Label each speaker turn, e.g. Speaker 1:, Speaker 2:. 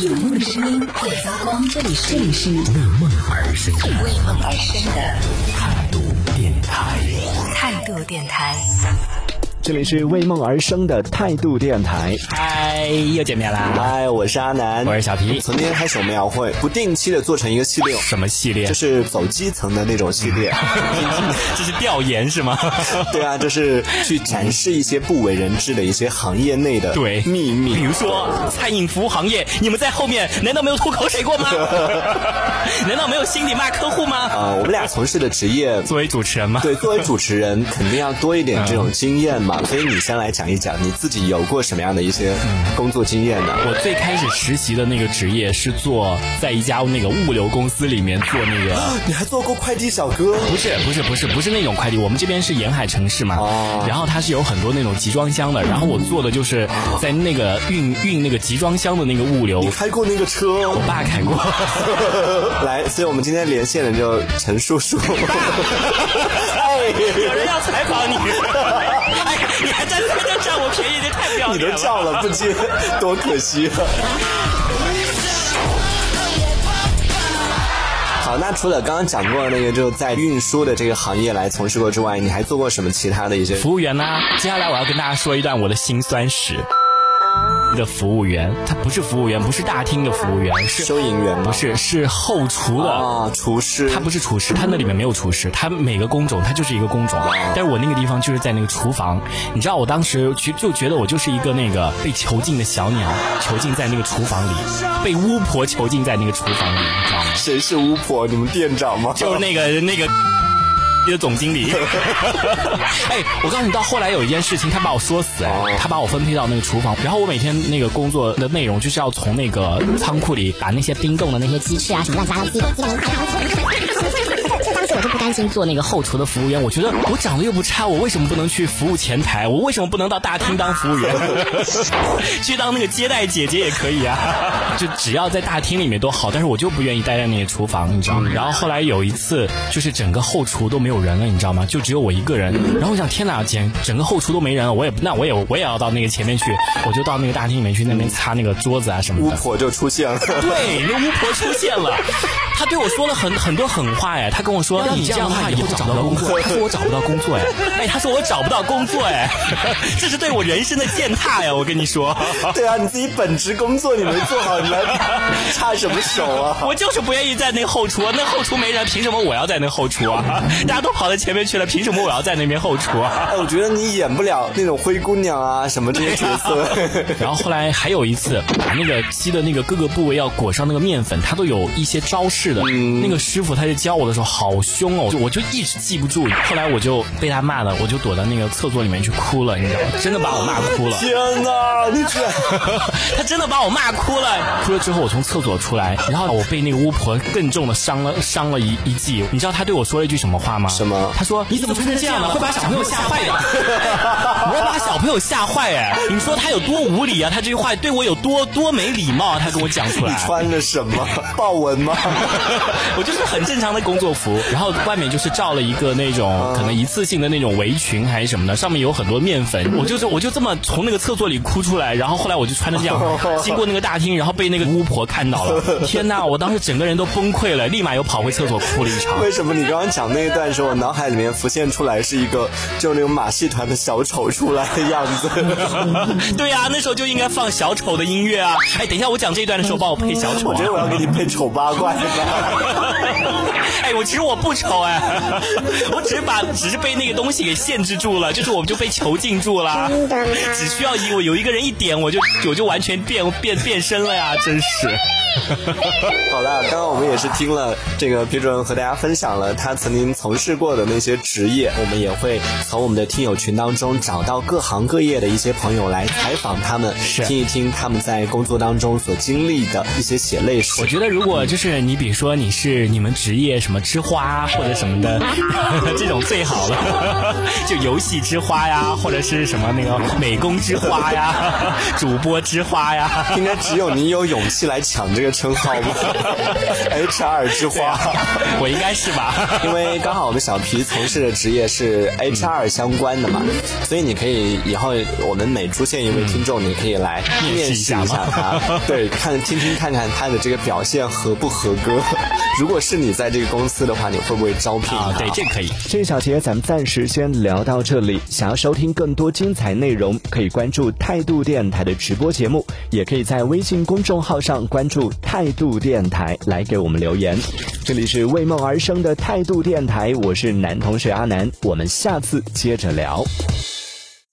Speaker 1: 有梦的声音会发光，这里是这里是为
Speaker 2: 梦而生，
Speaker 1: 为梦而生的
Speaker 2: 态度电台，
Speaker 1: 态度电台。
Speaker 3: 这里是为梦而生的态度电台。
Speaker 2: 嗨，哎又见面啦！
Speaker 3: 嗨，我是阿南，
Speaker 2: 我是小皮。
Speaker 3: 曾经开始我们也会不定期的做成一个系列，
Speaker 2: 什么系列？
Speaker 3: 就是走基层的那种系 列。
Speaker 2: 这是调研是 吗？
Speaker 3: 对啊，就是去展示一些不为人知的一些行业内的
Speaker 2: 对
Speaker 3: 秘密。
Speaker 2: 比如说餐饮服务行业，你们在后面难道没有吐口水过 吗？难道没有心里骂客户吗？
Speaker 3: 啊，我们俩从事的职 业，
Speaker 2: 作为主持人吗？
Speaker 3: 对，作为主持人肯定要多一点这种经验嘛。所以你先来讲一讲你自己有过什么样的一些工作经验呢？
Speaker 2: 我最开始实习的那个职业是做在一家那个物流公司里面做那个。
Speaker 3: 啊你还做过快递小哥？
Speaker 2: 不是不是不是不是那种快递，我们这边是沿海城市嘛，
Speaker 3: 哦
Speaker 2: 然后它是有很多那种集装箱的，然后我做的就是在那个运运那个集装箱的那个物流
Speaker 3: 你，开过那个车哦？
Speaker 2: 我爸开 过，
Speaker 3: 来，所以我们今天连线的就陈叔 叔。哎，
Speaker 2: 有人要采 访你，哎，你还在那边占我便宜，这太不要
Speaker 3: 你都
Speaker 2: 脸了。
Speaker 3: 叫了不接，多可惜啊！好，那除了刚刚讲过的那个，就在运输的这个行业来从事过之外，你还做过什么其他的一些？
Speaker 2: 服务员呢、接下来我要跟大家说一段我的辛酸史。的服务员，他不是服务员，不是大厅的服务员，是
Speaker 3: 收银员吗
Speaker 2: 不是是后厨的。
Speaker 3: 啊，厨师
Speaker 2: 他不是厨师，他那里面没有厨师，他每个工种他就是一个工种。
Speaker 3: 哦
Speaker 2: 但是我那个地方就是在那个厨房，你知道我当时就就觉得我就是一个那个被囚禁的小鸟，囚禁在那个厨房里，被巫婆囚禁在那个厨房里，你知道吗？
Speaker 3: 谁是巫婆？你们店长吗？
Speaker 2: 就是那个那个的总经理。 哎，我告诉你，到后来有一件事情，他把我说死，哎，他把我分配到那个厨房，然后我每天那个工作的内容就是要从那个仓库里把那些冰冻的那些鸡翅啊什么乱七八糟的鸡鸡蛋就当时我就不甘心做那个后厨的服务员，我觉得我长得又不差，我为什么不能去服务前台？我为什么不能到大厅当服务员？ 去当那个接待姐姐也可以啊， 就只要在大厅里面都好，但是我就不愿意待在那个厨房，你知道吗？然后后来有一次，就是整个后厨都没有人了，你知道吗？就只有我一个人。然后我想，天哪，简整个后厨都没人了，我也那我也我也要到那个前面去，我就到那个大厅里面去那边擦那个桌子啊什么
Speaker 3: 巫
Speaker 2: 的。
Speaker 3: 婆就出现了。
Speaker 2: 对，那巫婆出现了，她对我说了很很多狠话哎，她跟我说你这样的话以后找不到工作，她说我找不到工作哎，哎，她说我找不到工作 哎，这是对我人生的践踏呀，我跟你说。
Speaker 3: 对啊，你自己本职工作你没做好，你来插什么手啊？
Speaker 2: 我就是不愿意在那个后厨，啊那后厨没人，凭什么我要在那个后厨啊？ 大家都跑到前面去了，凭什么我要在那边后厨啊？
Speaker 3: 哎，我觉得你演不了那种灰姑娘啊什么这些角色。
Speaker 2: 然后后来还有一次，把那个鸡的那个各个部位要裹上那个面粉，它都有一些招式的。那个师傅他就教我的时候好凶哦，就我就一直记不住。后来我就被他骂了，我就躲到那个厕所里面去哭了，你知道吗？真的把我骂哭了。
Speaker 3: 天哪，你居然！
Speaker 2: 他真的把我骂哭了。哭了之后，我从厕所出来，然后我被那个巫婆更重的伤了，伤了一一记。你知道他对我说了一句什么话吗？
Speaker 3: 什么
Speaker 2: 他说：“你怎么穿成这 样呢？会把小朋友吓坏的。”啊 我把小朋友吓坏哎！你说他有多无理啊？他这句话对我有多多没礼貌啊？他跟我讲出来
Speaker 3: 你。穿的什么豹纹吗？
Speaker 2: 我就是很正常的工作服，然后外面就是罩了一个那
Speaker 3: 啊
Speaker 2: 种可能一次性的那种围裙还是什么的，上面有很多面 粉。我就是我就这么从那个厕所里哭出来，然后后来我就穿着这样 经过那个大厅，然后被那个巫婆看到了。天呐，我当时整个人都崩溃了，立马又跑回厕所哭了一 场。
Speaker 3: 为什么你刚刚讲那一段时候，我脑海里面浮现出来是一个就那种马戏团的小丑出来的样子？
Speaker 2: 对呀、那时候就应该放小丑的音乐啊！哎，等一下我讲这一段的时候帮我配小丑、
Speaker 3: 我
Speaker 2: 啊
Speaker 3: 觉。得我要给你配丑八怪了。
Speaker 2: 哎，我其实我不丑哎，我只是把只是被那个东西给限制住了，就是我们就被囚禁住了，只需要有有一个人一点，我就我就完全变变变身了呀，真是。
Speaker 3: 好了，刚刚我们也是听了这个皮主任和大家分享了他曾经从事过的那些职业，我们也会从我们的听友群当中找到各行各业的一些朋友来采访他们，听一听他们在工作当中所经历的一些血泪史
Speaker 2: 我。觉得如果就是你，比如说你是你们职业什么之花呀，或者什么的， 这种最好了。就游戏之花呀，或者是什么那个美工之花呀， 主播之花呀。
Speaker 3: 应该只有你有勇气来抢这个称号吧？HR 之花。
Speaker 2: 我应该是吧？
Speaker 3: 因为刚好我们小皮从事的职业是 HR 相关的嘛，所以你可以以后我们每出现一位听众，你可以来嗯面试一下他， 对，看听听看看他的这个表现合不合格。如果是你在这个公司的话，你会不会招聘
Speaker 2: 啊，
Speaker 3: 他
Speaker 2: 对，这个可以。
Speaker 4: 这一小节咱们暂时先聊到这里。想要收听更多精彩内容，可以关注态度电台的直播节目，也可以在微信公众号上关注态度电台来给我们留言。这里是为梦而生的态度电台，我是男同学阿南，我们下次接着聊。